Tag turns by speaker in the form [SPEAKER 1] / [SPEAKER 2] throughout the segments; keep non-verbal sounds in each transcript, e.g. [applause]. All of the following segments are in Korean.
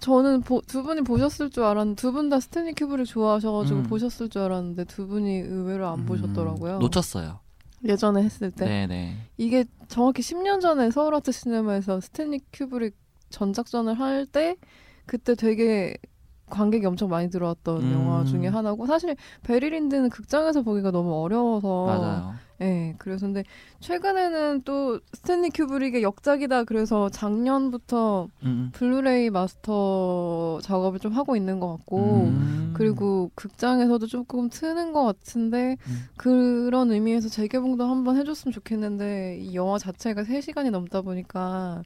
[SPEAKER 1] 저는 보- 두 분이 보셨을 줄 알았는데 두 분 다 스탠리 큐브릭 좋아하셔가지고
[SPEAKER 2] 음.
[SPEAKER 1] 보셨을 줄 알았는데 두 분이 의외로 안
[SPEAKER 2] 음,
[SPEAKER 1] 보셨더라고요.
[SPEAKER 2] 놓쳤어요.
[SPEAKER 1] 예전에 했을 때
[SPEAKER 2] 네, 네.
[SPEAKER 1] 이게 정확히 10년 전에 서울 아트 시네마에서 스탠리 큐브릭 전작전을 할 때 그때 되게 관객이 엄청 많이 들어왔던
[SPEAKER 2] 음.
[SPEAKER 1] 영화 중에 하나고 사실 베리린드는 극장에서 보기가 너무 어려워서
[SPEAKER 2] 맞아요.
[SPEAKER 1] 예, 그래서 근데 최근에는 또 스탠리 큐브릭의 역작이다 그래서 작년부터
[SPEAKER 2] 음,
[SPEAKER 1] 블루레이 마스터 작업을 좀 하고 있는 것
[SPEAKER 2] 음.
[SPEAKER 1] 같고
[SPEAKER 2] 음.
[SPEAKER 1] 그리고 극장에서도 조금 트는 것 같은데
[SPEAKER 2] 음.
[SPEAKER 1] 그런 의미에서 재개봉도 한번 해줬으면 좋겠는데 이 영화 자체가 3시간이 넘다 보니까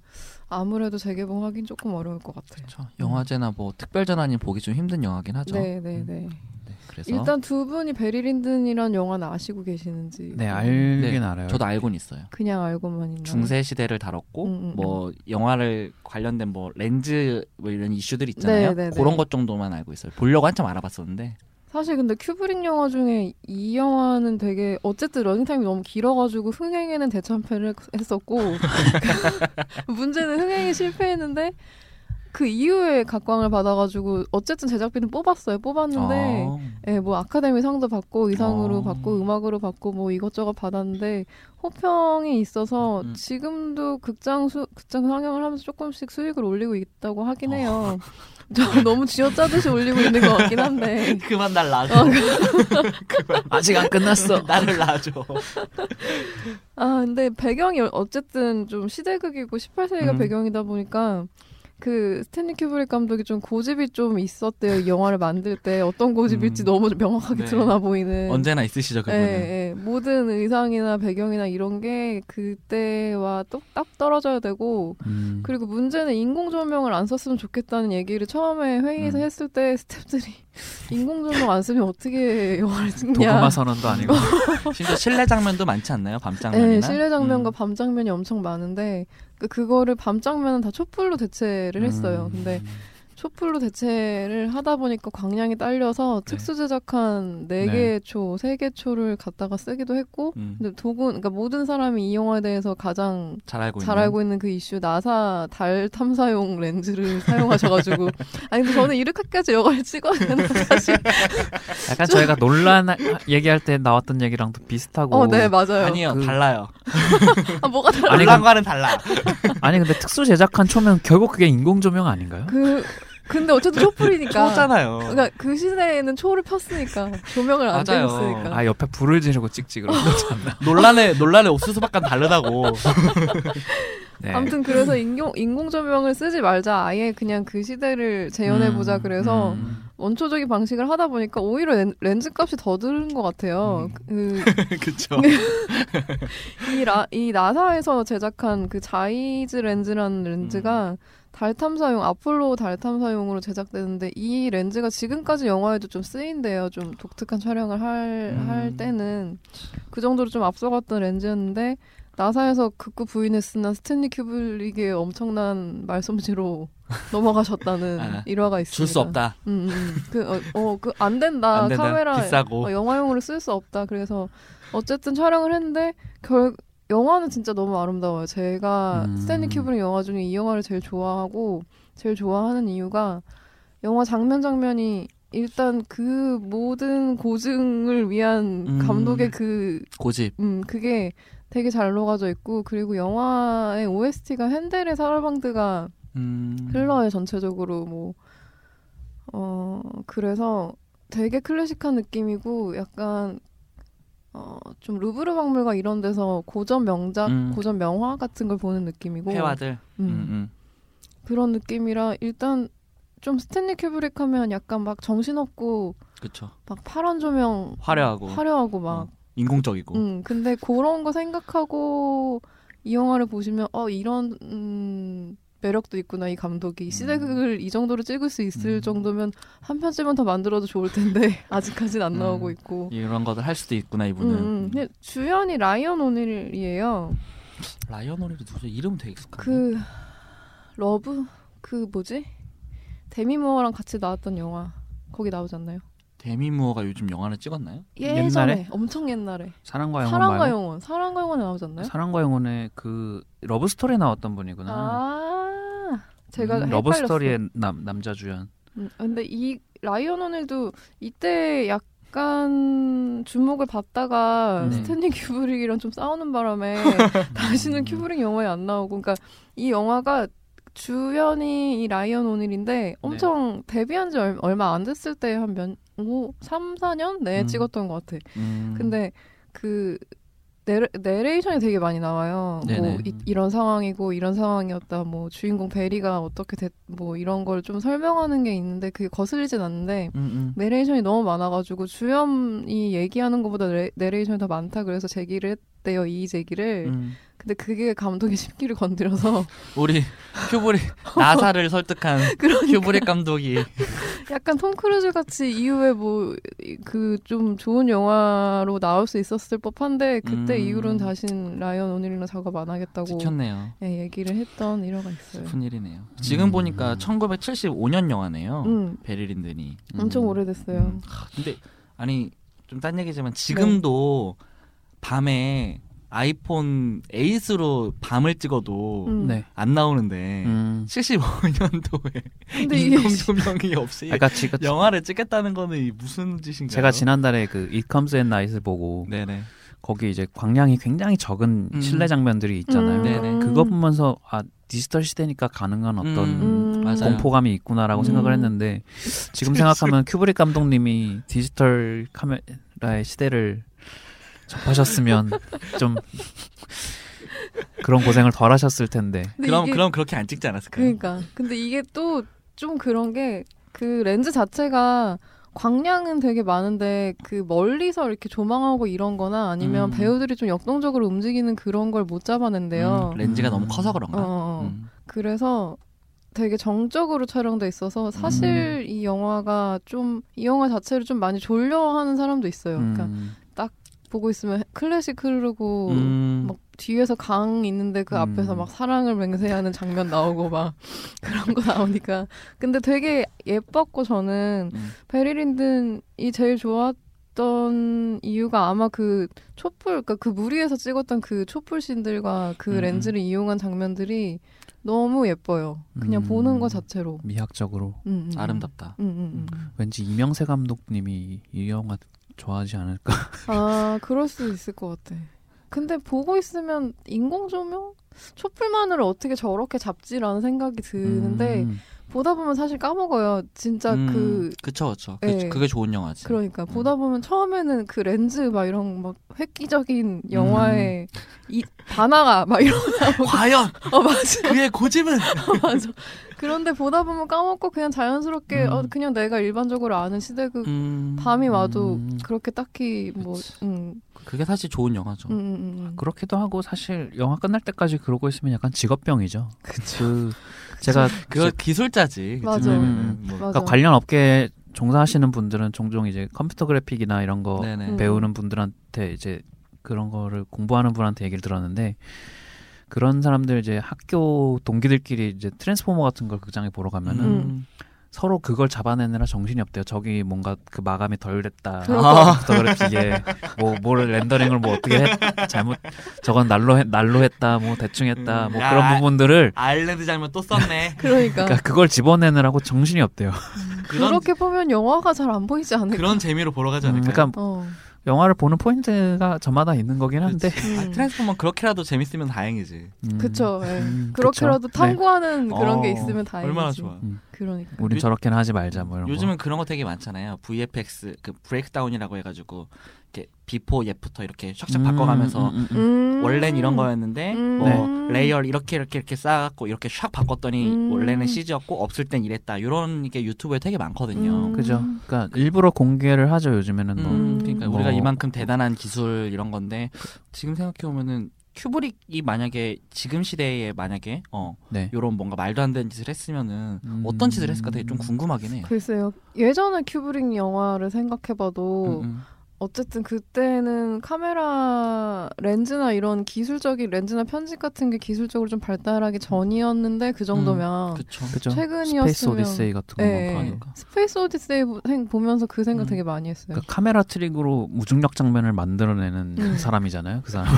[SPEAKER 1] 아무래도 재개봉하긴 조금 어려울 것 같아요.
[SPEAKER 2] 그렇죠. 영화제나 뭐 특별전 아닌 보기 좀 힘든 영화긴 하죠.
[SPEAKER 1] 네, 네, 네.
[SPEAKER 2] 네, 음. 그래서
[SPEAKER 1] 일단 두 분이 베리린든이란 영화는 아시고 계시는지
[SPEAKER 3] 네 알긴
[SPEAKER 2] 네,
[SPEAKER 3] 알아요.
[SPEAKER 2] 저도 알고는 있어요.
[SPEAKER 1] 그냥 알고만 있나요?
[SPEAKER 2] 중세 시대를 다뤘고
[SPEAKER 1] 음, 음, 음.
[SPEAKER 2] 뭐 영화를 관련된 뭐 렌즈 뭐 이런 이슈들 있잖아요.
[SPEAKER 1] 네, 네, 네.
[SPEAKER 2] 그런 것 정도만 알고 있어요. 보려고 한참 알아봤었는데
[SPEAKER 1] 사실 근데 큐브릭 영화 중에 이 영화는 되게 어쨌든 러닝타임이 너무 길어가지고 흥행에는 대참패를
[SPEAKER 2] [laughs]
[SPEAKER 1] 했었고 문제는 흥행에 실패했는데 그 이후에 각광을 받아가지고 어쨌든 제작비는 뽑았어요 뽑았는데
[SPEAKER 2] 아,
[SPEAKER 1] 예, 뭐 아카데미 상도 받고 의상으로
[SPEAKER 2] 어.
[SPEAKER 1] 받고 음악으로 받고 뭐 이것저것 받았는데 호평이 있어서
[SPEAKER 2] 음.
[SPEAKER 1] 지금도 극장 수, 극장 상영을 하면서 조금씩 수익을 올리고 있다고 하긴
[SPEAKER 2] 어. [laughs]
[SPEAKER 1] 해요. 저 너무 쥐어짜듯이 올리고 있는 것 같긴 한데.
[SPEAKER 2] 그만 날
[SPEAKER 1] 어.
[SPEAKER 2] 놔줘.
[SPEAKER 1] [laughs]
[SPEAKER 3] 아직 안 끝났어.
[SPEAKER 2] [laughs] 나를 놔줘.
[SPEAKER 1] 아, 근데 배경이 어쨌든 좀 시대극이고 18세기가
[SPEAKER 2] 음.
[SPEAKER 1] 배경이다 보니까 그 스탠리 큐브릭 감독이 좀 고집이 좀 있었대요. 이 영화를 만들 때 어떤 고집일지
[SPEAKER 2] 음.
[SPEAKER 1] 너무 명확하게
[SPEAKER 2] 네.
[SPEAKER 1] 드러나 보이는.
[SPEAKER 2] 언제나 있으시죠
[SPEAKER 1] 예,
[SPEAKER 2] 그분은.
[SPEAKER 1] 예. 모든 의상이나 배경이나 이런 게 그때와 똑딱 떨어져야 되고
[SPEAKER 3] 음.
[SPEAKER 1] 그리고 문제는 인공 조명을 안 썼으면 좋겠다는 얘기를 처음에 회의에서
[SPEAKER 2] 음.
[SPEAKER 1] 했을 때 스탭들이 [laughs] 인공 조명 안 쓰면 어떻게 영화를
[SPEAKER 2] [laughs]
[SPEAKER 1] 찍냐.
[SPEAKER 3] 도그마 선언도 아니고
[SPEAKER 2] 심지어 실내 장면도 많지 않나요? 밤 장면이나.
[SPEAKER 1] 네, 실내 장면과
[SPEAKER 2] 음.
[SPEAKER 1] 밤 장면이 엄청 많은데 그 그거를 밤 장면은 다 촛불로 대체를 했어요.
[SPEAKER 3] 음.
[SPEAKER 1] 근데 촛불로 대체를 하다 보니까 광량이 딸려서
[SPEAKER 2] 네.
[SPEAKER 1] 특수 제작한 네
[SPEAKER 3] 네.
[SPEAKER 1] 개의 초, 세 개 초를 갖다가 쓰기도 했고
[SPEAKER 2] 음,
[SPEAKER 1] 근데 도구 그러니까 모든 사람이 이 영화에 대해서 가장
[SPEAKER 2] 잘 알고 있는.
[SPEAKER 1] 잘 알고 있는 그 이슈 나사 달 탐사용 렌즈를 [laughs] 사용하셔가지고 아니 근데 저는 이렇게까지 영화를 찍어야 되는 사실
[SPEAKER 3] 약간 저희가 논란 얘기할 때 나왔던 얘기랑 또 비슷하고
[SPEAKER 1] 어네 맞아요
[SPEAKER 2] 아니요 [laughs]
[SPEAKER 3] 그-
[SPEAKER 2] 달라요.
[SPEAKER 1] 아 뭐가 다
[SPEAKER 3] 아니,
[SPEAKER 2] 놀란과는 달라.
[SPEAKER 1] 그러니까
[SPEAKER 3] 아니 근데 특수 제작한 초면 결국 그게 인공 조명 아닌가요?
[SPEAKER 1] 그 근데 어쨌든 촛불이니까
[SPEAKER 2] 초잖아요.
[SPEAKER 1] 그러니까 그 시대에는 초를 폈으니까 조명을 안
[SPEAKER 2] 맞아요.
[SPEAKER 1] 폈으니까
[SPEAKER 3] 아 옆에 불을 지르고 찍지 그런
[SPEAKER 1] 어.
[SPEAKER 3] 거지
[SPEAKER 1] [laughs]
[SPEAKER 3] 않나?
[SPEAKER 2] [laughs] 논란의 논란의 옥수수 밖은 다르다고. 예.
[SPEAKER 3] 네.
[SPEAKER 1] 아무튼 그래서 인공 인공 조명을 쓰지 말자 아예 그냥 그 시대를 재현해 보자
[SPEAKER 2] 음,
[SPEAKER 1] 그래서
[SPEAKER 2] 음.
[SPEAKER 1] 원초적인 방식을 하다 보니까 오히려 렌, 렌즈 값이 더 드는 것 같아요.
[SPEAKER 2] [laughs] 음. 그쵸.
[SPEAKER 1] 네. 그이라이 나사에서 제작한 그 자이즈 렌즈라는 렌즈가
[SPEAKER 2] 음.
[SPEAKER 1] 달 탐사용 아폴로 달 탐사용으로 제작되는데 이 렌즈가 지금까지 영화에도 좀 쓰인대요. 좀 독특한 촬영을 할,
[SPEAKER 2] 음.
[SPEAKER 1] 할 때는 그 정도로 좀 앞서갔던 렌즈였는데 나사에서 극구 부인했으나 스탠리 큐블릭의 엄청난
[SPEAKER 2] [laughs]
[SPEAKER 1] 말솜씨로 넘어가셨다는
[SPEAKER 2] 아,
[SPEAKER 1] 일화가 있습니다.
[SPEAKER 2] 줄 수 없다.
[SPEAKER 1] 음, 음. 그, 어, 어, 그, 안 된다.
[SPEAKER 2] 안 된다.
[SPEAKER 1] 카메라.
[SPEAKER 2] 비싸고.
[SPEAKER 1] 어, 영화용으로 쓸 수 없다. 그래서, 어쨌든 촬영을 했는데, 결, 영화는 진짜 너무 아름다워요. 제가
[SPEAKER 3] 음.
[SPEAKER 1] 스탠리 큐브릭 영화 중에 이 영화를 제일 좋아하고, 제일 좋아하는 이유가, 영화 장면 장면이, 일단 그 모든 고증을 위한
[SPEAKER 2] 음.
[SPEAKER 1] 감독의 그,
[SPEAKER 2] 고집.
[SPEAKER 1] 음, 그게 되게 잘 녹아져 있고, 그리고 영화의 OST가 핸델의 사라방드가
[SPEAKER 2] 음.
[SPEAKER 1] 흘러요 전체적으로 뭐 어, 그래서 되게 클래식한 느낌이고 약간 어, 좀 루브르 박물관 이런 데서 고전 명작,
[SPEAKER 2] 음.
[SPEAKER 1] 고전 명화 같은 걸 보는 느낌이고
[SPEAKER 2] 회화들.
[SPEAKER 1] 음,
[SPEAKER 2] 음, 음.
[SPEAKER 1] 그런 느낌이라 일단 좀 스탠리 큐브릭 하면 약간 막 정신없고
[SPEAKER 2] 그쵸.
[SPEAKER 1] 막 파란 조명
[SPEAKER 2] 화려하고.
[SPEAKER 1] 화려하고 막
[SPEAKER 2] 어,
[SPEAKER 3] 뭐.
[SPEAKER 2] 인공적이고.
[SPEAKER 1] 음, 근데 그런 거 생각하고 이 영화를 보시면 어 이런 음, 매력도 있구나 이
[SPEAKER 3] 음.
[SPEAKER 1] 감독이 시대극을 이 정도로 찍을 수 있을
[SPEAKER 2] 음.
[SPEAKER 1] 정도면 한 편쯤은 더 만들어도 좋을 텐데 [laughs] 아직까진 안
[SPEAKER 2] 음.
[SPEAKER 1] 나오고 있고.
[SPEAKER 2] 이런 것을 할 수도 있구나
[SPEAKER 1] 음,
[SPEAKER 2] 이분은.
[SPEAKER 1] 음. 근데 주연이 라이언 오닐이에요.
[SPEAKER 2] 라이언 오리도 누구죠? 이름 되게 익숙한데.
[SPEAKER 1] 그 러브 그 뭐지 데미 무어랑 같이 나왔던 영화 거기 나오지 않나요?
[SPEAKER 2] 데미 무어가 요즘 영화를 찍었나요?
[SPEAKER 1] 예전에
[SPEAKER 3] 옛날에?
[SPEAKER 1] 엄청 옛날에
[SPEAKER 3] 사랑과 영혼
[SPEAKER 1] 사랑과
[SPEAKER 3] 말고
[SPEAKER 1] 영혼 사랑과 영혼에 나오지 않나요?
[SPEAKER 3] 사랑과 영혼의 그 러브 스토리 나왔던 분이구나.
[SPEAKER 1] 아 제가 헷갈렸어요.
[SPEAKER 3] 러브 스토리의 남 남자 주연.
[SPEAKER 1] 음, 근데 이 라이언 오늘도 이때 약간 주목을 받다가
[SPEAKER 3] 음.
[SPEAKER 1] 스탠리 큐브릭이랑 좀 싸우는 바람에 다시는 큐브릭 영화에 안 나오고 그러니까 이 영화가 주연이 이 라이언 오닐인데 엄청 데뷔한 지 얼- 얼마 안 됐을 때 한 몇, 오, 3, 4년 내에
[SPEAKER 3] 음.
[SPEAKER 1] 찍었던 것 같아.
[SPEAKER 2] 음.
[SPEAKER 1] 근데 그 내레, 내레이션이 되게 많이 나와요. 뭐
[SPEAKER 3] 네네.
[SPEAKER 1] 이, 이런 상황이고 이런 상황이었다. 뭐 주인공 베리가 어떻게 됐, 뭐 이런 걸 좀 설명하는 게 있는데 그게 거슬리진 않는데
[SPEAKER 2] 음, 음.
[SPEAKER 1] 내레이션이 너무 많아가지고 주연이 얘기하는 것보다 레, 내레이션이 더 많다 그래서 제기를 했대요 이 제기를.
[SPEAKER 2] 음.
[SPEAKER 1] 근데 그게 감독의 [laughs] 심기를 건드려서 [laughs]
[SPEAKER 2] 우리 [laughs] 큐브릭 나사를 설득한
[SPEAKER 1] 그러니까.
[SPEAKER 2] 큐브릭 감독이
[SPEAKER 1] 약간 톰 크루즈 같이 이후에 뭐 그 좀 좋은 영화로 나올 수 있었을 법한데 그때
[SPEAKER 2] 음.
[SPEAKER 1] 이후로는 다신 라이언 오닐이랑 작업 안 하겠다고
[SPEAKER 2] 지켰네요.
[SPEAKER 1] 예, 얘기를 했던 일화가 있어요.
[SPEAKER 2] 슬픈 일이네요. 지금
[SPEAKER 3] 음.
[SPEAKER 2] 보니까 1975년 영화네요.
[SPEAKER 1] 음,
[SPEAKER 2] 베리 린든이.
[SPEAKER 3] 음.
[SPEAKER 1] 엄청 오래됐어요.
[SPEAKER 2] 음. 하, 근데 아니 좀 딴 얘기지만 지금도
[SPEAKER 1] 네.
[SPEAKER 2] 밤에 아이폰 에이스로 밤을 찍어도
[SPEAKER 1] 음.
[SPEAKER 3] 네.
[SPEAKER 2] 안 나오는데
[SPEAKER 3] 음.
[SPEAKER 2] 75년도에
[SPEAKER 1] 근데 이게
[SPEAKER 2] 인공 조명이 없이
[SPEAKER 3] 아까 제가
[SPEAKER 2] 영화를 찍겠다는 거는 이 무슨 짓인가요?
[SPEAKER 3] 제가 지난달에 그 It Comes at Night을 보고
[SPEAKER 2] 네네
[SPEAKER 3] 거기 이제 광량이 굉장히 적은
[SPEAKER 2] 음.
[SPEAKER 3] 실내 장면들이 있잖아요.
[SPEAKER 2] 네.
[SPEAKER 1] 음.
[SPEAKER 3] 그거 보면서 아 디지털 시대니까 가능한 어떤
[SPEAKER 1] 음. 맞아요.
[SPEAKER 3] 공포감이 있구나라고
[SPEAKER 2] 음.
[SPEAKER 3] 생각을 했는데 지금 생각하면 큐브릭 감독님이 디지털 카메라의 시대를
[SPEAKER 1] [laughs]
[SPEAKER 3] 접하셨으면 좀 그런 고생을 덜 하셨을 텐데
[SPEAKER 1] 근데
[SPEAKER 2] 그럼
[SPEAKER 1] 이게-
[SPEAKER 2] 그럼 그렇게 안 찍지 않았을까요?
[SPEAKER 1] 그러니까 근데 이게 또 좀 그런 게 그 렌즈 자체가 광량은 되게 많은데 그 멀리서 이렇게 조망하고 이런거나 아니면
[SPEAKER 2] 음.
[SPEAKER 1] 배우들이 좀 역동적으로 움직이는 그런 걸 못 잡아낸대요.
[SPEAKER 2] 음, 렌즈가
[SPEAKER 3] 음.
[SPEAKER 2] 너무 커서
[SPEAKER 1] 어,
[SPEAKER 2] 그런가?
[SPEAKER 1] 어, 어.
[SPEAKER 2] 음.
[SPEAKER 1] 그래서 되게 정적으로 촬영돼 있어서
[SPEAKER 2] 음.
[SPEAKER 1] 사실 이 영화가 좀 이 영화 자체를 좀 많이 졸려하는 사람도 있어요. 그러니까
[SPEAKER 3] 음.
[SPEAKER 1] 보고 있으면 클래식 흐르고
[SPEAKER 2] 음.
[SPEAKER 1] 막 뒤에서 강 있는데 그
[SPEAKER 3] 음.
[SPEAKER 1] 앞에서 막 사랑을 맹세하는 장면 나오고 막 [laughs] 그런 거 나오니까 근데 되게 예뻤고 저는
[SPEAKER 2] 음.
[SPEAKER 1] 베리 린든이 제일 좋았던 이유가 아마 그 촛불 그러니까 그 무리에서 찍었던 그 촛불 씬들과 그
[SPEAKER 2] 음, 음.
[SPEAKER 1] 렌즈를 이용한 장면들이 너무 예뻐요. 그냥
[SPEAKER 3] 음.
[SPEAKER 1] 보는 거 자체로
[SPEAKER 3] 미학적으로
[SPEAKER 1] 음, 음.
[SPEAKER 2] 아름답다.
[SPEAKER 1] 음, 음, 음.
[SPEAKER 3] 왠지 이명세 감독님이 이 영화 좋아하지 않을까
[SPEAKER 1] 아 [laughs] 그럴 수 있을 것 같아. 근데 보고 있으면 인공 조명 촛불만을 어떻게 저렇게 잡지라는 생각이 드는데
[SPEAKER 3] 음.
[SPEAKER 1] 보다 보면 사실 까먹어요. 진짜
[SPEAKER 2] 음,
[SPEAKER 1] 그
[SPEAKER 2] 그쵸 그쵸
[SPEAKER 1] 예.
[SPEAKER 2] 그, 그게 좋은 영화지.
[SPEAKER 1] 그러니까 보다 보면 처음에는 그 렌즈 막 이런 막 획기적인 영화의 이 반항아 막 이런
[SPEAKER 2] 과연
[SPEAKER 1] 어 맞아 [laughs]
[SPEAKER 2] 그의 고집은
[SPEAKER 1] 맞아 그런데 보다 보면 까먹고 그냥 자연스럽게
[SPEAKER 2] 음.
[SPEAKER 1] 어 그냥 내가 일반적으로 아는 시대극 그
[SPEAKER 2] 음,
[SPEAKER 1] 밤이 와도
[SPEAKER 3] 음.
[SPEAKER 1] 그렇게 딱히 뭐
[SPEAKER 2] 그치.
[SPEAKER 1] 음,
[SPEAKER 2] 그게 사실 좋은 영화죠.
[SPEAKER 1] 음, 음, 음.
[SPEAKER 3] 그렇기도 하고 사실 영화 끝날 때까지 그러고 있으면 약간 직업병이죠. 그 제가
[SPEAKER 2] 그거 기술자지.
[SPEAKER 1] 맞아.
[SPEAKER 2] 그쯤이면은 뭐.
[SPEAKER 1] 맞아
[SPEAKER 3] 그러니까 관련 업계 종사하시는 분들은 종종 이제 컴퓨터 그래픽이나 이런 거
[SPEAKER 2] 뭐, 네네.
[SPEAKER 1] 음.
[SPEAKER 3] 배우는 분들한테 이제 그런 거를 공부하는 분한테 얘기를 들었는데 그런 사람들 이제 학교 동기들끼리 이제 트랜스포머 같은 걸 극장에 보러 가면은
[SPEAKER 2] 음.
[SPEAKER 3] 서로 그걸 잡아내느라 정신이 없대요. 저기 뭔가 그 마감이 덜 됐다. 아,
[SPEAKER 1] 그럴
[SPEAKER 3] 컴퓨터 그래픽에 뭐 뭐를 렌더링을 뭐 어떻게 했, 잘못 저건 날로 했, 날로 했다. 뭐 대충 했다.
[SPEAKER 2] 음.
[SPEAKER 3] 뭐
[SPEAKER 2] 야.
[SPEAKER 3] 그런 부분들을
[SPEAKER 2] 아일랜드 장면 또 썼네.
[SPEAKER 1] 그러니까
[SPEAKER 3] 그러니까 그걸 집어내느라고 정신이 없대요.
[SPEAKER 2] 그런
[SPEAKER 1] 그렇게 보면 영화가 잘 안 보이지 않을까
[SPEAKER 2] 그런 재미로 보러 가지
[SPEAKER 3] 음,
[SPEAKER 2] 않을까?
[SPEAKER 3] 그러니까
[SPEAKER 1] 어
[SPEAKER 2] 아,
[SPEAKER 3] 영화를 보는 포인트가 저마다 있는 거긴 한데.
[SPEAKER 1] 음.
[SPEAKER 2] 아, 트랜스포머 그렇게라도 재밌으면 다행이지.
[SPEAKER 3] [laughs] 음,
[SPEAKER 1] 그쵸. 예.
[SPEAKER 3] 음,
[SPEAKER 1] 그렇게라도
[SPEAKER 3] 그쵸.
[SPEAKER 1] 탐구하는 음, 그런 게
[SPEAKER 2] 네. 어,
[SPEAKER 1] 있으면 다행이지.
[SPEAKER 2] 얼마나 좋아.
[SPEAKER 1] 그러니까.
[SPEAKER 3] 우린
[SPEAKER 2] 요-
[SPEAKER 3] 저렇게는 하지 말자 뭐 이런
[SPEAKER 2] 요즘은 그런 거 되게 많잖아요. VFX 그 브레이크다운이라고 해가지고 이렇게 비포 예프터 이렇게
[SPEAKER 3] 거.
[SPEAKER 2] 샥샥 바꿔가면서
[SPEAKER 3] 음, 음, 음, 음.
[SPEAKER 1] 음.
[SPEAKER 2] 원래는 이런 거였는데
[SPEAKER 1] 음.
[SPEAKER 2] 뭐
[SPEAKER 1] 네.
[SPEAKER 2] 레이어 이렇게 이렇게 이렇게 쌓아갖고 이렇게 샥 바꿨더니
[SPEAKER 1] 음.
[SPEAKER 2] 원래는 CG였고 없을 땐 이랬다 이런 게 유튜브에 되게 많거든요.
[SPEAKER 1] 음.
[SPEAKER 3] 그죠. 그러니까 일부러 공개를 하죠 요즘에는 뭐.
[SPEAKER 1] 음.
[SPEAKER 2] 그러니까
[SPEAKER 3] 뭐.
[SPEAKER 2] 우리가 이만큼 대단한 기술 이런 건데 지금 생각해 보면은 큐브릭이 만약에 지금 시대에 만약에 어
[SPEAKER 3] 네.
[SPEAKER 2] 이런 뭔가 말도 안 되는 짓을 했으면은
[SPEAKER 3] 음.
[SPEAKER 2] 어떤 짓을 했을까 되게 좀 궁금하긴 해.
[SPEAKER 1] 글쎄요. 예전에 큐브릭 영화를 생각해봐도
[SPEAKER 2] 음, 음.
[SPEAKER 1] 어쨌든 그때는 카메라 렌즈나 이런 기술적인 렌즈나 편집 같은 게 기술적으로 좀 발달하기 전이었는데 그 정도면
[SPEAKER 2] 음. 그쵸.
[SPEAKER 3] 그죠.
[SPEAKER 1] 최근이었으면-
[SPEAKER 3] 스페이스 오디세이 같은 거
[SPEAKER 1] 예.
[SPEAKER 3] 뭐 그런
[SPEAKER 2] 그러니까.
[SPEAKER 1] 스페이스 오디세이 보- 생- 보면서 그 생각
[SPEAKER 2] 음.
[SPEAKER 1] 되게 많이 했어요.
[SPEAKER 3] 그러니까 카메라 트릭으로 무중력 장면을 만들어내는
[SPEAKER 1] 음.
[SPEAKER 3] 사람이잖아요. 그 사람.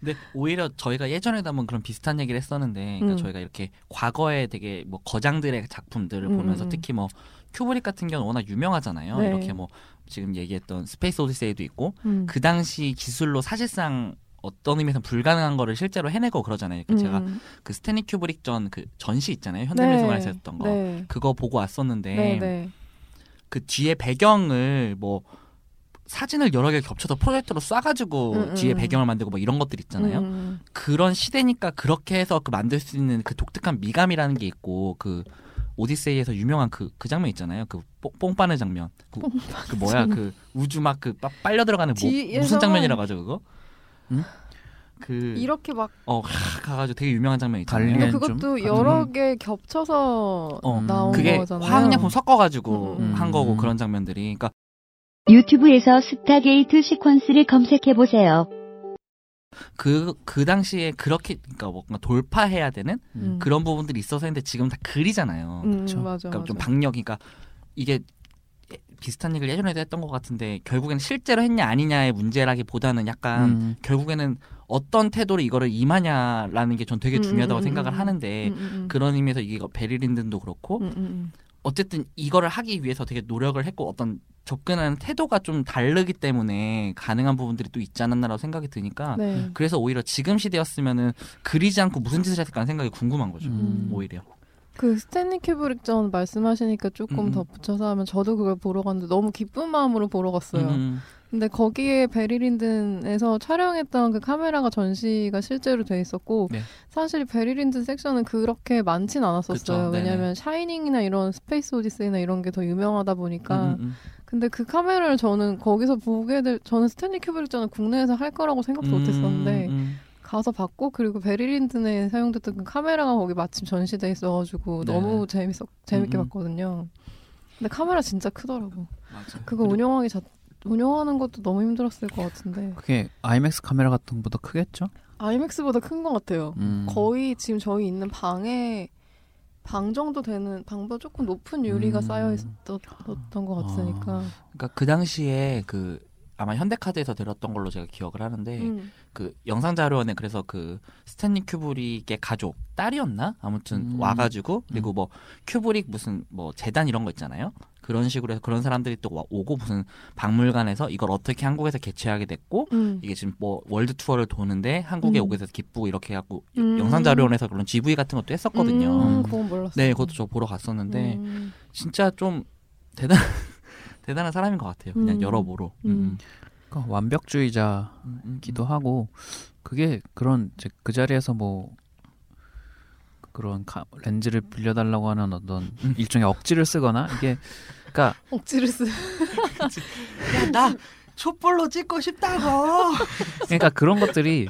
[SPEAKER 2] 근데 오히려 저희가 예전에도 한번 그런 비슷한 얘기를 했었는데 그러니까
[SPEAKER 1] 음.
[SPEAKER 2] 저희가 이렇게 과거에 되게 뭐 거장들의 작품들을
[SPEAKER 1] 음,
[SPEAKER 2] 보면서
[SPEAKER 1] 음.
[SPEAKER 2] 특히 뭐 큐브릭 같은 경우는 워낙 유명하잖아요.
[SPEAKER 1] 네.
[SPEAKER 2] 이렇게 뭐 지금 얘기했던 스페이스 오디세이도 있고
[SPEAKER 1] 음.
[SPEAKER 2] 그 당시 기술로 사실상 어떤 의미에서 불가능한 거를 실제로 해내고 그러잖아요. 그 제가
[SPEAKER 1] 음.
[SPEAKER 2] 그 스탠리 큐브릭 전 그 전시 있잖아요. 현대미술관에서
[SPEAKER 1] 네.
[SPEAKER 2] 했던 거.
[SPEAKER 1] 네.
[SPEAKER 2] 그거 보고 왔었는데
[SPEAKER 1] 네, 네.
[SPEAKER 2] 그 뒤에 배경을 뭐 사진을 여러 개 겹쳐서 프로젝터로 쏴가지고
[SPEAKER 1] 음, 음,
[SPEAKER 2] 뒤에
[SPEAKER 1] 음.
[SPEAKER 2] 배경을 만들고 뭐 이런 것들 있잖아요.
[SPEAKER 1] 음.
[SPEAKER 2] 그런 시대니까 그렇게 해서 그 만들 수 있는 그 독특한 미감이라는 게 있고 그 오디세이에서 유명한 그 그 장면 있잖아요. 그 뽕- 뽕빠는 장면. 그, 그 뭐야 그 우주 막 그 빨려 들어가는 뭐,
[SPEAKER 1] 뒤에서
[SPEAKER 2] 무슨
[SPEAKER 1] 막-
[SPEAKER 2] 장면이라고 하죠 그거?
[SPEAKER 3] 응?
[SPEAKER 2] 그 네.
[SPEAKER 1] 이렇게 막
[SPEAKER 2] 어, 캬, 가가지고 되게 유명한 장면 있잖아요. 예.
[SPEAKER 3] 달리는- 좀
[SPEAKER 1] 그것도
[SPEAKER 3] 다른-
[SPEAKER 1] 여러 개 겹쳐서
[SPEAKER 2] 어,
[SPEAKER 1] 나온
[SPEAKER 2] 그게
[SPEAKER 1] 거잖아요.
[SPEAKER 2] 화학약품 섞어가지고
[SPEAKER 1] 음,
[SPEAKER 3] 음.
[SPEAKER 2] 한 거고
[SPEAKER 3] 음.
[SPEAKER 2] 그런 장면들이. 그러니까
[SPEAKER 4] 유튜브에서 스타게이트 시퀀스를 검색해보세요.
[SPEAKER 2] 그 그 당시에 그렇게 그러니까 뭔가 돌파해야 되는
[SPEAKER 1] 음.
[SPEAKER 2] 그런 부분들이 있어서 했는데 지금 다 글이잖아요.
[SPEAKER 1] 음,
[SPEAKER 3] 그쵸.
[SPEAKER 1] 맞아,
[SPEAKER 2] 그러니까
[SPEAKER 1] 맞아.
[SPEAKER 2] 좀 박력, 그러니까 이게 예- 비슷한 얘기를 예전에도 했던 것 같은데 결국에는 실제로 했냐 아니냐의 문제라기보다는 약간
[SPEAKER 3] 음.
[SPEAKER 2] 결국에는 어떤 태도로 이거를 임하냐라는 게 전 되게
[SPEAKER 1] 음,
[SPEAKER 2] 중요하다고
[SPEAKER 1] 음, 음,
[SPEAKER 2] 생각을
[SPEAKER 1] 음.
[SPEAKER 2] 하는데
[SPEAKER 1] 음, 음, 음.
[SPEAKER 2] 그런 의미에서 이게 베리린든도 그렇고
[SPEAKER 1] 음, 음, 음.
[SPEAKER 2] 어쨌든 이거를 하기 위해서 되게 노력을 했고 어떤 접근하는 태도가 좀 다르기 때문에 가능한 부분들이 또 있지 않았나라고 생각이 드니까
[SPEAKER 1] 네.
[SPEAKER 2] 아, 그래서 오히려 지금 시대였으면은 그리지 않고 무슨 짓을 했을까 하는 생각이 궁금한 거죠
[SPEAKER 3] 음.
[SPEAKER 2] 오히려
[SPEAKER 1] 그 스탠리 큐브릭 전 말씀하시니까 조금
[SPEAKER 2] 음.
[SPEAKER 1] 덧붙여서 하면 저도 그걸 보러 갔는데 너무 기쁜 마음으로 보러 갔어요.
[SPEAKER 2] 음,
[SPEAKER 1] 근데 거기에 베리린든에서 촬영했던 그 카메라가 전시가 실제로 돼 있었고
[SPEAKER 2] 네.
[SPEAKER 1] 사실 베리린든 섹션은 그렇게 많진 않았었어요.
[SPEAKER 2] 그쵸, 네네.
[SPEAKER 1] 왜냐하면 샤이닝이나 이런 스페이스 오디세이나 이런 게 더 유명하다 보니까
[SPEAKER 2] 음, 음, 음.
[SPEAKER 1] 근데 그 카메라를 저는 거기서 보게 될 저는 스탠리 큐브릭 전은 국내에서 할 거라고 생각도 못했었는데
[SPEAKER 2] 음, 음.
[SPEAKER 1] 가서 봤고 그리고 베리린든에 사용됐던 그 카메라가 거기 마침 전시돼 있어가지고
[SPEAKER 2] 네.
[SPEAKER 1] 너무 재밌었 재밌게
[SPEAKER 2] 음, 음.
[SPEAKER 1] 봤거든요. 근데 카메라 진짜 크더라고.
[SPEAKER 2] 맞아요.
[SPEAKER 1] 그거
[SPEAKER 2] 그리고-
[SPEAKER 1] 운영하기 자, 운영하는 것도 너무 힘들었을 것 같은데
[SPEAKER 3] 그게 IMAX 카메라 같은 것보다 크겠죠?
[SPEAKER 1] 아이맥스보다 큰 것 같아요.
[SPEAKER 3] 음.
[SPEAKER 1] 거의 지금 저희 있는 방에 방 정도 되는 방보다 조금 높은 유리가
[SPEAKER 3] 음.
[SPEAKER 1] 쌓여 있었던 것 같으니까.
[SPEAKER 2] 그러니까 그 당시에 그 아마 현대카드에서 들었던 걸로 제가 기억을 하는데
[SPEAKER 1] 음.
[SPEAKER 2] 그 영상 자료원에 그래서 그 스탠리 큐브릭의 가족 딸이었나 아무튼
[SPEAKER 3] 음.
[SPEAKER 2] 와가지고 그리고 뭐 큐브릭 무슨 뭐 재단 이런 거 있잖아요 그런 식으로 해서 그런 사람들이 또 와- 오고 무슨 박물관에서 이걸 어떻게 한국에서 개최하게 됐고
[SPEAKER 1] 음.
[SPEAKER 2] 이게 지금 뭐 월드 투어를 도는데 한국에
[SPEAKER 1] 음.
[SPEAKER 2] 오게 돼서 기쁘고 이렇게 해갖고
[SPEAKER 1] 음.
[SPEAKER 2] 영상 자료원에서 그런 GV 같은 것도 했었거든요
[SPEAKER 1] 음, 그건 몰랐어요.
[SPEAKER 2] 네 그것도 저 보러 갔었는데
[SPEAKER 1] 음.
[SPEAKER 2] 진짜 좀 대단 [laughs] 대단한 사람인 것 같아요. 그냥
[SPEAKER 1] 음.
[SPEAKER 2] 여러모로.
[SPEAKER 1] 음.
[SPEAKER 3] 그러니까 완벽주의자
[SPEAKER 2] 음, 음,
[SPEAKER 3] 기도 하고 그게 그런 이제 그 자리에서 뭐 그런 가- 렌즈를 빌려달라고
[SPEAKER 2] [laughs]
[SPEAKER 3] 하는 어떤 일종의 억지를 쓰거나 이게 그러니까
[SPEAKER 1] 억지를 쓰.
[SPEAKER 2] 야, 나 촛불로 찍고 싶다고.
[SPEAKER 3] 그러니까 그런 것들이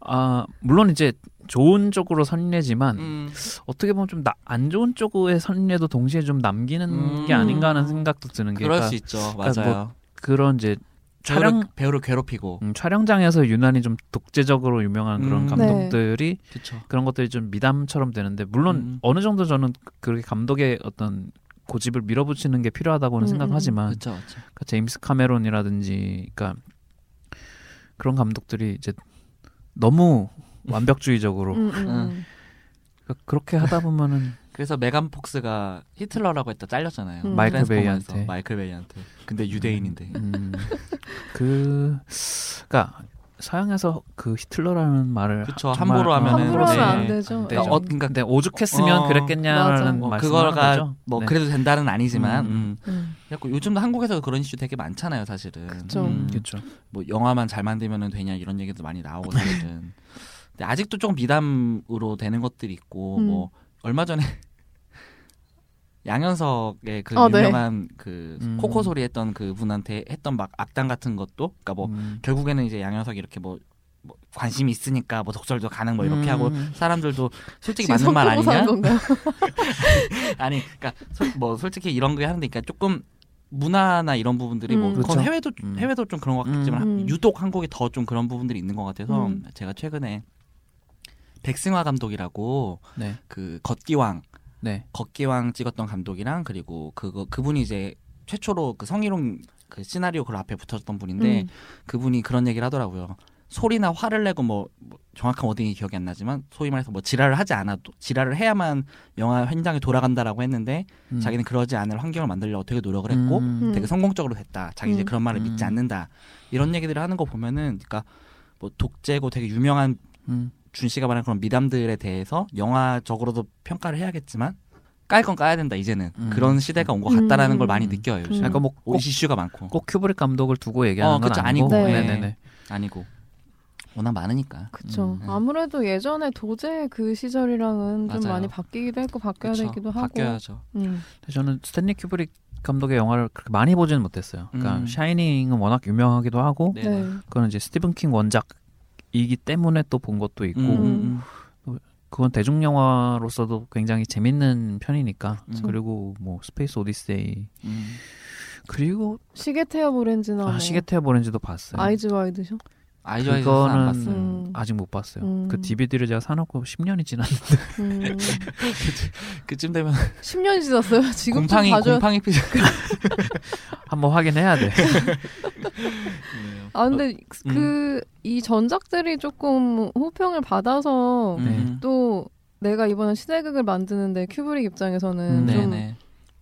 [SPEAKER 3] 아 물론 이제 좋은 쪽으로 선례지만
[SPEAKER 2] 음,
[SPEAKER 3] 어떻게 보면 좀 안 좋은 쪽의 선례도 동시에 좀 남기는
[SPEAKER 2] 음.
[SPEAKER 3] 게 아닌가 하는 생각도 드는 게
[SPEAKER 2] 그럴
[SPEAKER 3] 그러니까
[SPEAKER 2] 수 있죠.
[SPEAKER 3] 그러니까
[SPEAKER 2] 맞아요.
[SPEAKER 3] 그런 이제
[SPEAKER 2] 촬영
[SPEAKER 3] 촬영-
[SPEAKER 2] 뭐 배우를, 배우를 괴롭히고.
[SPEAKER 3] 음, 촬영장에서 유난히 좀 독재적으로 유명한 그런
[SPEAKER 2] 음.
[SPEAKER 3] 감독들이
[SPEAKER 2] 그렇죠.
[SPEAKER 3] 그런 것들이 좀 미담처럼 되는데 물론
[SPEAKER 2] 음.
[SPEAKER 3] 어느 정도 저는 그렇게 감독의 어떤 고집을 밀어붙이는 게 필요하다고는
[SPEAKER 1] 음,
[SPEAKER 3] 생각하지만
[SPEAKER 2] 그렇죠. 그렇죠.
[SPEAKER 3] 그러니까 제임스 카메론이라든지 그러니까 그런 감독들이 이제 너무 완벽주의적으로
[SPEAKER 1] 음, 음, 음.
[SPEAKER 3] 그러니까 그렇게 하다 보면은
[SPEAKER 2] 그래서 메간 폭스가 히틀러라고 했다 잘렸잖아요.
[SPEAKER 1] 음.
[SPEAKER 3] 마이클
[SPEAKER 2] 트랜스포머에서.
[SPEAKER 3] 베이한테.
[SPEAKER 2] 마이클 베이한테. 근데 유대인인데.
[SPEAKER 1] [laughs]
[SPEAKER 3] 음, 그 그러니까 서양에서 그 히틀러라는 말을
[SPEAKER 2] 그쵸,
[SPEAKER 3] 하- 정말- 어,
[SPEAKER 2] 함부로 하면은
[SPEAKER 1] 아, 함부로 하면 안
[SPEAKER 2] 네.
[SPEAKER 1] 되죠.
[SPEAKER 3] 안
[SPEAKER 2] 그러니까,
[SPEAKER 3] 되죠.
[SPEAKER 2] 어, 그러니까
[SPEAKER 3] 근데 오죽했으면
[SPEAKER 2] 어,
[SPEAKER 3] 그랬겠냐라는
[SPEAKER 1] 맞아.
[SPEAKER 2] 뭐
[SPEAKER 3] 말씀을
[SPEAKER 2] 그거가
[SPEAKER 3] 하죠.
[SPEAKER 2] 뭐
[SPEAKER 3] 네.
[SPEAKER 2] 그래도 된다는 아니지만.
[SPEAKER 3] 음.
[SPEAKER 2] 음.
[SPEAKER 1] 음.
[SPEAKER 2] 그래갖고 요즘도 한국에서 그런 이슈 되게 많잖아요, 사실은.
[SPEAKER 1] 그쵸.
[SPEAKER 3] 그렇죠.
[SPEAKER 2] 뭐 영화만 잘 만들면 되냐 이런 얘기도 많이 나오고 사실은 근데 아직도 좀 미담으로 되는 것들이 있고
[SPEAKER 1] 음.
[SPEAKER 2] 뭐 얼마 전에 [laughs] 양현석의 그
[SPEAKER 1] 어, 네.
[SPEAKER 2] 유명한 그
[SPEAKER 3] 음.
[SPEAKER 2] 코코 소리 했던 그 분한테 했던 막 악당 같은 것도 그러니까 뭐
[SPEAKER 3] 음.
[SPEAKER 2] 결국에는 이제 양현석이 이렇게 뭐, 뭐 관심이 있으니까 뭐 독설도 가능 뭐 이렇게
[SPEAKER 3] 음.
[SPEAKER 2] 하고 사람들도 솔직히
[SPEAKER 1] 지금
[SPEAKER 2] 맞는 말
[SPEAKER 1] 성대모사 한
[SPEAKER 2] 아니냐
[SPEAKER 1] 건가요?
[SPEAKER 2] 아니 그러니까 솔- 뭐 솔직히 이런 거 하는데 그러니까 조금 문화나 이런 부분들이 뭐
[SPEAKER 1] 음.
[SPEAKER 2] 그건
[SPEAKER 3] 그렇죠.
[SPEAKER 2] 해외도
[SPEAKER 3] 음.
[SPEAKER 2] 해외도 좀 그런 것 같겠지만
[SPEAKER 1] 음.
[SPEAKER 2] 유독 한국이 더 좀 그런 부분들이 있는 것 같아서
[SPEAKER 1] 음.
[SPEAKER 2] 제가 최근에 백승화 감독이라고
[SPEAKER 3] 네.
[SPEAKER 2] 그 걷기왕
[SPEAKER 3] 네.
[SPEAKER 2] 걷기왕 찍었던 감독이랑 그리고 그거 그분이 이제 최초로 그 성희롱 그 시나리오 그 앞에 붙었던 분인데
[SPEAKER 1] 음.
[SPEAKER 2] 그분이 그런 얘기를 하더라고요. 소리나 화를 내고 뭐, 뭐 정확한 워딩이 기억이 안 나지만 소위 말해서 뭐 지랄을 하지 않아도 지랄을 해야만 영화 현장에 돌아간다라고 했는데
[SPEAKER 3] 음.
[SPEAKER 2] 자기는 그러지 않을 환경을 만들려고 되게 노력을 했고
[SPEAKER 3] 음.
[SPEAKER 2] 되게 성공적으로 됐다. 자기 이제
[SPEAKER 1] 음.
[SPEAKER 2] 그런 말을 믿지
[SPEAKER 3] 음.
[SPEAKER 2] 않는다. 이런 얘기들을 하는 거 보면은 그러니까 뭐 독재고 되게 유명한
[SPEAKER 3] 음.
[SPEAKER 2] 준 씨가 말한 그런 미담들에 대해서 영화적으로도 평가를 해야겠지만 깔 건 까야 된다 이제는
[SPEAKER 3] 음.
[SPEAKER 2] 그런 시대가 온 것 같다라는
[SPEAKER 1] 음.
[SPEAKER 2] 걸 많이 느껴요 요즘 그러니까
[SPEAKER 1] 음.
[SPEAKER 3] 약간 뭐
[SPEAKER 2] 오
[SPEAKER 3] 꼭,
[SPEAKER 2] 이슈가 많고
[SPEAKER 3] 꼭 큐브릭 감독을 두고 얘기하는
[SPEAKER 2] 어,
[SPEAKER 3] 건
[SPEAKER 2] 그쵸,
[SPEAKER 3] 아니고,
[SPEAKER 1] 아니고. 네.
[SPEAKER 3] 네네네.
[SPEAKER 2] 아니고 워낙 많으니까
[SPEAKER 1] 그쵸.
[SPEAKER 2] 음.
[SPEAKER 1] 아무래도 예전에 도제 그 시절이랑은 좀
[SPEAKER 2] 맞아요.
[SPEAKER 1] 많이 바뀌기도 했고 바뀌어야
[SPEAKER 2] 그쵸.
[SPEAKER 1] 되기도 하고.
[SPEAKER 2] 바뀌어야죠
[SPEAKER 1] 음.
[SPEAKER 3] 저는 스탠리 큐브릭 감독의 영화를 그렇게 많이 보지는 못했어요. 그러니까
[SPEAKER 2] 음.
[SPEAKER 3] 샤이닝은 워낙 유명하기도 하고
[SPEAKER 2] 네.
[SPEAKER 1] 네.
[SPEAKER 3] 그건 이제 스티븐 킹 원작이기 때문에 또 본 것도 있고
[SPEAKER 2] 음,
[SPEAKER 1] 음.
[SPEAKER 2] 음.
[SPEAKER 3] 그건 대중 영화로서도 굉장히 재밌는 편이니까
[SPEAKER 2] 음.
[SPEAKER 3] 그리고 뭐 스페이스 오디세이
[SPEAKER 2] 음.
[SPEAKER 3] 그리고
[SPEAKER 1] 시계 태엽 오렌지나
[SPEAKER 3] 아,
[SPEAKER 1] 뭐
[SPEAKER 3] 시계태어 보는지도 봤어요.
[SPEAKER 1] 아이즈 와이드셔.
[SPEAKER 2] 아이디어에서 안
[SPEAKER 3] 그거는
[SPEAKER 2] 봤어요
[SPEAKER 1] 음.
[SPEAKER 3] 아직 못 봤어요.
[SPEAKER 1] 음.
[SPEAKER 3] 그 DVD를 제가 사놓고 10년이 지났는데
[SPEAKER 2] [laughs]
[SPEAKER 1] 음.
[SPEAKER 2] 그쯤 되면
[SPEAKER 1] 10년이 지났어요. [laughs] 지금
[SPEAKER 2] 곰팡이
[SPEAKER 1] 좀 봐줘야
[SPEAKER 2] 곰팡이 피자
[SPEAKER 3] [laughs] 한번 확인해야 돼.
[SPEAKER 2] 음.
[SPEAKER 1] 아 근데
[SPEAKER 2] 어,
[SPEAKER 1] 그 이 전작들이 조금 호평을 받아서
[SPEAKER 2] 음.
[SPEAKER 3] 네.
[SPEAKER 1] 또 내가 이번에 시대극을 만드는데 큐브릭 입장에서는
[SPEAKER 3] 음.
[SPEAKER 1] 좀
[SPEAKER 2] 네네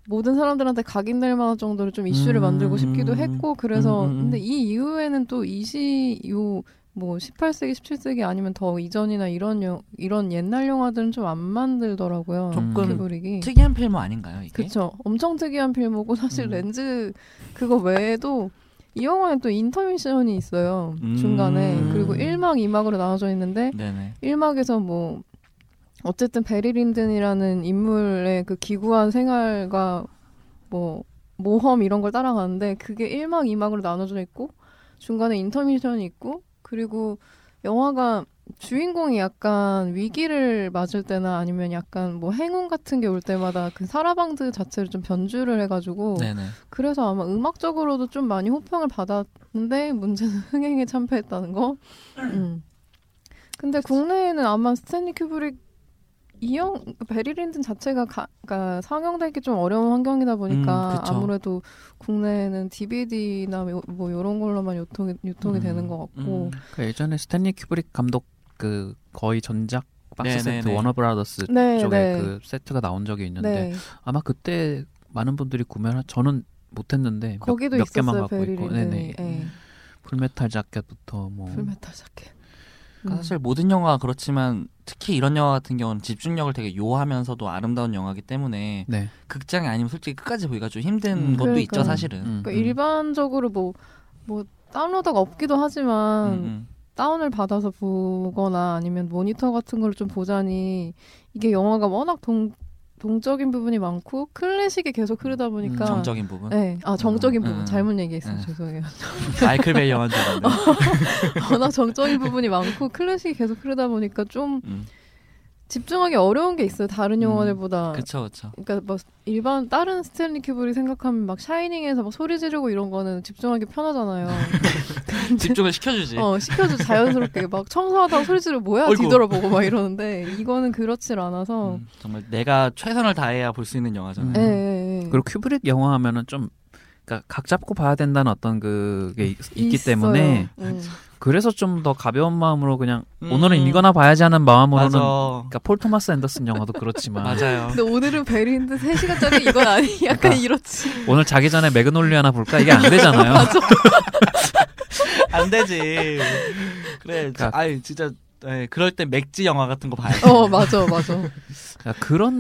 [SPEAKER 1] 모든 사람들한테 각인될 만한 정도로 좀 이슈를
[SPEAKER 3] 음.
[SPEAKER 1] 만들고 싶기도 했고 그래서
[SPEAKER 2] 음, 음, 음.
[SPEAKER 1] 근데 이 이후에는 또 이시 요뭐 18세기 17세기 아니면 더 이전이나 이런 영- 이런 옛날 영화들은 좀 안 만들더라고요.
[SPEAKER 2] 조금
[SPEAKER 1] 큐브릭이.
[SPEAKER 2] 특이한 필모 아닌가요 이게
[SPEAKER 1] 예. 그렇죠. 엄청 특이한 필모고 사실
[SPEAKER 2] 음.
[SPEAKER 1] 렌즈 그거 외에도 이 영화에 또 인터미션이 있어요.
[SPEAKER 2] 음.
[SPEAKER 1] 중간에 그리고 1막 2막으로 나눠져 있는데
[SPEAKER 2] 네네
[SPEAKER 1] 1막에서 뭐 어쨌든 베리 린든이라는 인물의 그 기구한 생활과 뭐 모험 이런 걸 따라가는데 그게 1막 2막으로 나눠져 있고 중간에 인터미션이 있고 그리고 영화가 주인공이 약간 위기를 맞을 때나 아니면 약간 뭐 행운 같은 게 올 때마다 그 사라방드 자체를 좀 변주를 해가지고
[SPEAKER 2] 네네
[SPEAKER 1] 그래서 아마 음악적으로도 좀 많이 호평을 받았는데 문제는 [laughs] 흥행에 참패했다는 거. 음. 근데 국내에는 아마 스탠리 큐브릭 이영 그러니까 베리린든 자체가 가, 그러니까 상영되기 좀 어려운 환경이다
[SPEAKER 2] 음,
[SPEAKER 1] 보니까
[SPEAKER 2] 그쵸.
[SPEAKER 1] 아무래도 국내에는 DVD나 뭐 이런 걸로만 유통이 유통이
[SPEAKER 2] 음.
[SPEAKER 1] 되는 것 같고.
[SPEAKER 3] 그 예전에 스탠리 큐브릭 감독 그 거의 전작 박스
[SPEAKER 2] 네,
[SPEAKER 3] 세트
[SPEAKER 2] 네, 네.
[SPEAKER 3] 워너 브라더스
[SPEAKER 1] 네,
[SPEAKER 3] 쪽에
[SPEAKER 1] 네.
[SPEAKER 3] 그 세트가 나온 적이 있는데
[SPEAKER 1] 네.
[SPEAKER 3] 아마 그때 많은 분들이 구매를 하- 저는 못했는데 몇,
[SPEAKER 1] 거기도
[SPEAKER 3] 몇 개만
[SPEAKER 1] 있었어요.
[SPEAKER 3] 갖고 있고 네네 음.
[SPEAKER 1] 베리린든이. 예.
[SPEAKER 3] 풀메탈 자켓부터 뭐
[SPEAKER 1] 풀메탈 자켓.
[SPEAKER 2] 그러니까 사실 모든 영화가 그렇지만 특히 이런 영화 같은 경우는 집중력을 되게 요하면서도 아름다운 영화이기 때문에
[SPEAKER 3] 네
[SPEAKER 2] 극장이 아니면 솔직히 끝까지 보기가 좀 힘든
[SPEAKER 3] 음,
[SPEAKER 2] 것도
[SPEAKER 1] 그러니까요.
[SPEAKER 2] 있죠 사실은.
[SPEAKER 3] 음,
[SPEAKER 1] 그러니까
[SPEAKER 3] 음.
[SPEAKER 1] 일반적으로 뭐 뭐 다운로드가 없기도 하지만
[SPEAKER 2] 음,
[SPEAKER 1] 다운을 받아서 보거나 아니면 모니터 같은 걸 좀 보자니 이게 영화가 워낙 동, 동적인 부분이 많고 클래식이 계속 흐르다 보니까
[SPEAKER 2] 음, 정적인 부분.
[SPEAKER 1] 네, 아 정적인
[SPEAKER 2] 음,
[SPEAKER 1] 부분
[SPEAKER 2] 음.
[SPEAKER 1] 잘못 얘기했어요
[SPEAKER 2] 음.
[SPEAKER 1] 죄송해요
[SPEAKER 2] [laughs]
[SPEAKER 1] [laughs]
[SPEAKER 2] 마이클 베이 영화인 줄 알았는데.
[SPEAKER 1] 어. 워낙 정적인 부분이 많고 클래식이 계속 흐르다 보니까 좀
[SPEAKER 2] 음,
[SPEAKER 1] 집중하기 어려운 게 있어요 다른
[SPEAKER 2] 음,
[SPEAKER 1] 영화들보다
[SPEAKER 2] 그쵸
[SPEAKER 1] [laughs]
[SPEAKER 2] 그쵸.
[SPEAKER 1] 그러니까 막 일반 다른 스탠리 큐브릭 생각하면 막 샤이닝에서 막 소리 지르고 이런 거는 집중하기 편하잖아요
[SPEAKER 2] [laughs] 집중을 시켜주지.
[SPEAKER 1] 어, 시켜줘 자연스럽게 막 청소하다가 소리 지르고 뭐야
[SPEAKER 2] 어이구.
[SPEAKER 1] 뒤돌아보고 막 이러는데 이거는 그렇질 않아서
[SPEAKER 2] 음, 정말 내가 최선을 다해야 볼 수 있는 영화잖아요.
[SPEAKER 1] 예,
[SPEAKER 3] 음.
[SPEAKER 1] 예, 예.
[SPEAKER 3] 그리고 큐브릭 영화 하면은 좀 그러니까 각 잡고 봐야 된다는 어떤 그게 있, 기
[SPEAKER 1] 있어요.
[SPEAKER 3] 때문에
[SPEAKER 1] 음.
[SPEAKER 3] 그래서 좀 더 가벼운 마음으로 그냥
[SPEAKER 2] 음.
[SPEAKER 3] 오늘은 이거나 봐야지 하는 마음으로는
[SPEAKER 2] 맞아.
[SPEAKER 3] 그러니까 폴 토마스 앤더슨 영화도 그렇지만
[SPEAKER 2] 뭐
[SPEAKER 1] [laughs]
[SPEAKER 2] [laughs] 맞아요.
[SPEAKER 1] 근데 오늘은 베리인데 3시간짜리 이건 아니 약간
[SPEAKER 3] 아.
[SPEAKER 1] 이렇지
[SPEAKER 3] 오늘 자기 전에 매그놀리아 하나 볼까 이게 안 되잖아요.
[SPEAKER 2] 안 되지. [laughs] 그래.
[SPEAKER 3] 그러니까-
[SPEAKER 2] 아유 진짜. 네, 그럴 때 맥주 영화 같은 거 봐야지.
[SPEAKER 1] 어 맞아 맞아
[SPEAKER 3] 야, 그러니까 그런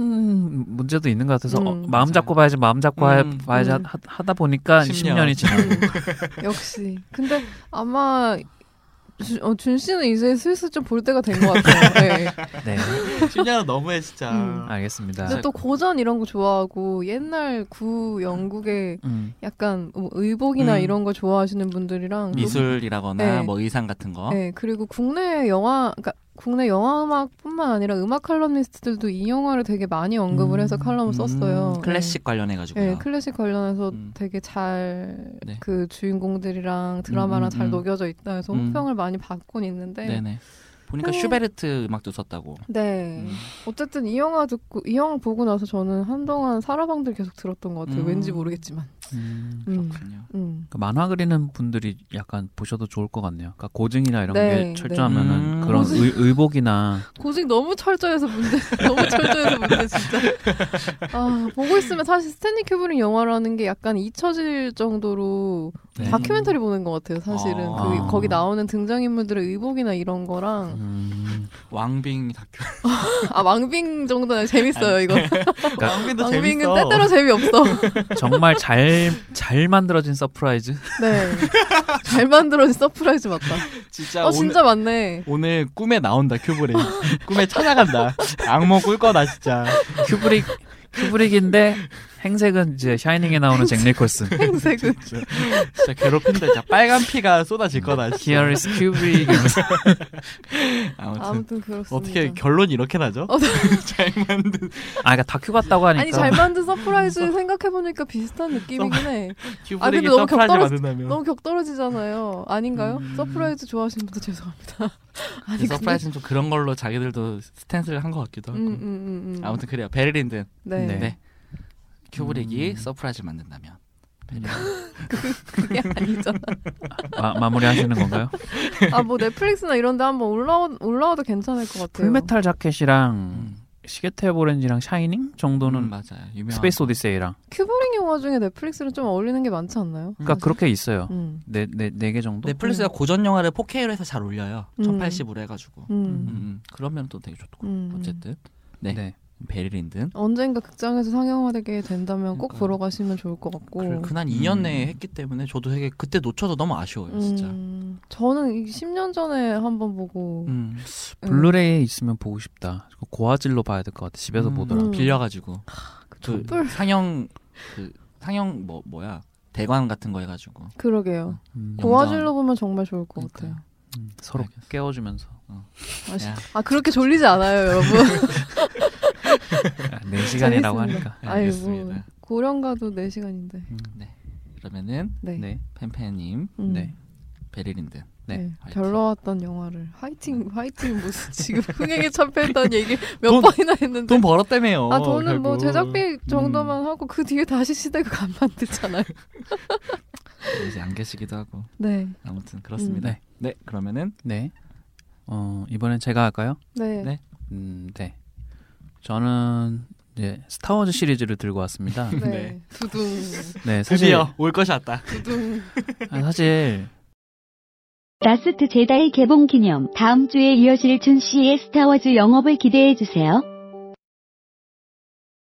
[SPEAKER 3] 문제도 있는 것 같아서 어,
[SPEAKER 1] 음.
[SPEAKER 3] 마음 잡고 봐야지 마음 잡고
[SPEAKER 2] 음,
[SPEAKER 3] 하- 봐야지
[SPEAKER 1] 음.
[SPEAKER 3] 하, 하다 보니까
[SPEAKER 2] 10년.
[SPEAKER 3] 10년. 이 지나고
[SPEAKER 1] [laughs] 음. 역시 근데 아마 주- 어, 준 씨는 이제 슬슬 좀 볼 때가 된 것 같아요 예.
[SPEAKER 3] 네
[SPEAKER 2] 10년은 너무해 진짜.
[SPEAKER 1] 음.
[SPEAKER 3] 알겠습니다
[SPEAKER 1] 근데 또 고전 이런 거 좋아하고 옛날 구 영국의
[SPEAKER 3] 음.
[SPEAKER 1] 약간 뭐 의복이나
[SPEAKER 2] 음.
[SPEAKER 1] 이런 거 좋아하시는 분들이랑 또
[SPEAKER 2] 미술이라거나
[SPEAKER 1] 네.
[SPEAKER 2] 뭐 의상 같은 거.
[SPEAKER 1] 네, 그리고 국내 영화, 그러니까 국내 영화 음악뿐만 아니라 음악 칼럼니스트들도 이 영화를 되게 많이 언급을
[SPEAKER 3] 음,
[SPEAKER 1] 해서 칼럼을 썼어요.
[SPEAKER 2] 음, 클래식 관련해
[SPEAKER 1] 네. 네,
[SPEAKER 2] 가지고요.
[SPEAKER 1] 클래식 관련해서
[SPEAKER 2] 음.
[SPEAKER 1] 되게 잘 그
[SPEAKER 2] 네.
[SPEAKER 1] 주인공들이랑 드라마랑
[SPEAKER 2] 음,
[SPEAKER 1] 잘
[SPEAKER 2] 음.
[SPEAKER 1] 녹여져 있다 해서
[SPEAKER 2] 음.
[SPEAKER 1] 호평을 많이 받곤 있는데. 네.
[SPEAKER 2] 네네. 보니까
[SPEAKER 1] 네.
[SPEAKER 2] 슈베르트 음악도 썼다고. 음.
[SPEAKER 1] 어쨌든 이 영화 듣고 이 영화 보고 나서 저는 한동안 사라방들 계속 들었던 것 같아요.
[SPEAKER 2] 음.
[SPEAKER 1] 왠지 모르겠지만.
[SPEAKER 3] 음,
[SPEAKER 1] 음,
[SPEAKER 2] 그렇군요.
[SPEAKER 1] 음.
[SPEAKER 3] 그러니까 만화 그리는 분들이 약간 보셔도 좋을 것 같네요. 그러니까 고증이나 이런
[SPEAKER 1] 네,
[SPEAKER 3] 게 철저하면은
[SPEAKER 2] 네. 음.
[SPEAKER 3] 그런
[SPEAKER 1] 고증.
[SPEAKER 3] 의, 의복이나
[SPEAKER 1] 고직 너무 철저해서 문제, [laughs] 너무 철저해서 문제 진짜. 아 보고 있으면 사실 스탠리 큐브릭 영화라는 게 약간 잊혀질 정도로
[SPEAKER 3] 네.
[SPEAKER 1] 다큐멘터리 보는 것 같아요. 사실은
[SPEAKER 2] 아.
[SPEAKER 1] 그 거기 나오는 등장인물들의 의복이나 이런 거랑
[SPEAKER 3] 음,
[SPEAKER 2] 왕빙 다큐.
[SPEAKER 1] 아 왕빙 정도는 재밌어요 이거.
[SPEAKER 2] 그러니까 왕빙도
[SPEAKER 1] 왕빙은 때때로 재미없어.
[SPEAKER 3] 정말 잘 잘 만들어진 서프라이즈. [laughs]
[SPEAKER 1] 네. 잘 만들어진 서프라이즈 맞다.
[SPEAKER 2] [laughs] 진짜
[SPEAKER 1] 어
[SPEAKER 2] 오늘
[SPEAKER 1] 진짜 맞네.
[SPEAKER 2] 오늘 꿈에 나온다 큐브레. 꿈에 찾아간다. 악몽 꿀 거다 진짜.
[SPEAKER 3] 큐브릭 큐브릭인데 행색은 이제 샤이닝에 나오는 잭 니콜슨.
[SPEAKER 1] 행색은
[SPEAKER 2] 진짜 괴롭힌다. 진짜 빨간 피가 쏟아질 거다. 진짜.
[SPEAKER 3] 히어리스 큐브릭.
[SPEAKER 2] 아무튼,
[SPEAKER 1] 아무튼 그렇습니다.
[SPEAKER 2] 어떻게 결론이 이렇게 나죠?
[SPEAKER 1] 어,
[SPEAKER 2] [laughs] 잘 만든
[SPEAKER 3] 아, 그러니까 다큐 같다고 하니까.
[SPEAKER 1] 아니 잘 만든
[SPEAKER 2] [laughs]
[SPEAKER 1] 서프라이즈 생각해 보니까 비슷한 느낌이긴 해. 아,
[SPEAKER 2] 큐브레이
[SPEAKER 1] 근데 너무
[SPEAKER 2] 서프라이즈
[SPEAKER 1] 격떨어지-
[SPEAKER 2] 만든다면.
[SPEAKER 1] 너무 격떨어지잖아요. 아닌가요? 서프라이즈 좋아하시는 분들 죄송합니다. [laughs] 아니
[SPEAKER 2] 이 음. 서프라이즈는 좀 그런 걸로 자기들도 스탠스를 한 것 같기도 하고.
[SPEAKER 1] 근데... 음, 음, 음, 음.
[SPEAKER 2] 아무튼 그래요. 베를린든
[SPEAKER 1] 네.
[SPEAKER 3] 네.
[SPEAKER 2] 큐브릭이
[SPEAKER 3] 음.
[SPEAKER 2] 서프라이즈 를 만든다면. 네.
[SPEAKER 1] 그게 [laughs] 아니잖아.
[SPEAKER 3] 마, 마무리하시는 건가요?
[SPEAKER 1] 아뭐 넷플릭스나 이런데 한번 올라오 올라와도 괜찮을 것 같아요.
[SPEAKER 3] 풀메탈 자켓이랑
[SPEAKER 2] 음,
[SPEAKER 3] 시계탭 오렌지랑 샤이닝 정도는
[SPEAKER 2] 음, 맞아요. 유명.
[SPEAKER 3] 스페이스 오디세이랑.
[SPEAKER 1] 큐브링 영화 중에 넷플릭스는 좀 어울리는 게 많지 않나요?
[SPEAKER 3] 그러니까
[SPEAKER 1] 사실?
[SPEAKER 3] 그렇게 있어요.
[SPEAKER 1] 음.
[SPEAKER 3] 네 네 네 개 정도.
[SPEAKER 2] 넷플릭스가 고전 영화를 4K로 해서 잘 올려요.
[SPEAKER 1] 음.
[SPEAKER 2] 1080으로 해가지고. 음,
[SPEAKER 1] 음.
[SPEAKER 2] 음. 그러면 또 되게 좋고.
[SPEAKER 1] 음.
[SPEAKER 2] 어쨌든 네. 베를린든.
[SPEAKER 1] 언젠가 극장에서 상영화되게 된다면 꼭
[SPEAKER 2] 그러니까요.
[SPEAKER 1] 보러 가시면 좋을 것 같고.
[SPEAKER 2] 그- 그난 2년
[SPEAKER 3] 음.
[SPEAKER 2] 내에 했기 때문에 저도 되게 그때 놓쳐서 너무 아쉬워요, 진짜.
[SPEAKER 1] 음, 저는 이 10년 전에 한번 보고 예.
[SPEAKER 2] 음.
[SPEAKER 3] 블루레이에 있으면 보고 싶다. 그거 고화질로 봐야 될 것 같아. 집에서
[SPEAKER 2] 음,
[SPEAKER 3] 보더라.
[SPEAKER 1] 음.
[SPEAKER 2] 빌려가지고 그
[SPEAKER 1] 촛불.
[SPEAKER 2] 상영 그 상영 뭐 뭐야 대관 같은 거 해가지고
[SPEAKER 1] 그러게요.
[SPEAKER 3] 음,
[SPEAKER 2] 고-
[SPEAKER 1] 고화질로 보면 정말 좋을 것
[SPEAKER 2] 그러니까요.
[SPEAKER 1] 같아요.
[SPEAKER 3] 음, 서로
[SPEAKER 2] 알겠어.
[SPEAKER 3] 깨워주면서
[SPEAKER 1] 아, 시-
[SPEAKER 2] 야.
[SPEAKER 1] 아 그렇게 졸리지 않아요, 여러분.
[SPEAKER 3] 네
[SPEAKER 1] 재밌습니다.
[SPEAKER 3] 시간이라고 하니까.
[SPEAKER 1] 아이고
[SPEAKER 2] 네, 알겠습니다.
[SPEAKER 1] 고령가도 4 시간인데.
[SPEAKER 3] 음,
[SPEAKER 2] 그러면은
[SPEAKER 1] 네.
[SPEAKER 3] 네.
[SPEAKER 2] 팬팬님
[SPEAKER 1] 음,
[SPEAKER 3] 네.
[SPEAKER 2] 베를린든
[SPEAKER 3] 네.
[SPEAKER 1] 네.
[SPEAKER 2] 화이팅.
[SPEAKER 1] 별로왔던 영화를 화이팅 화이팅
[SPEAKER 2] [laughs]
[SPEAKER 1] 무슨 지금 흥행에 참패했다는 얘기 몇
[SPEAKER 2] 네. 돈-
[SPEAKER 1] 번이나 했는데.
[SPEAKER 2] 돈 어, 음. 벌었다며요.
[SPEAKER 1] 아 돈은 뭐
[SPEAKER 2] 결국.
[SPEAKER 1] 제작비 정도만 하고 그 뒤에 다시 시대가 [laughs] 안 만들잖아요.
[SPEAKER 2] 이제 안 계시기도 하고
[SPEAKER 1] 네.
[SPEAKER 2] 아무튼 그렇습니다.
[SPEAKER 3] 음.
[SPEAKER 2] 네 그러면은
[SPEAKER 3] 네. 어 이번엔 제가 할까요?
[SPEAKER 1] 네.
[SPEAKER 2] 네.
[SPEAKER 3] 음 네. 저는 이제 스타워즈 시리즈를 들고 [laughs] 왔습니다.
[SPEAKER 1] 네.
[SPEAKER 2] 네.
[SPEAKER 1] 두둥
[SPEAKER 3] 네 사실
[SPEAKER 2] 드디어 올 것이 왔다.
[SPEAKER 1] 두둥.
[SPEAKER 3] 아, 사실
[SPEAKER 4] 라스트 제다의 개봉 기념 다음 주에 이어질 준 씨의 스타워즈 영업을 기대해 주세요.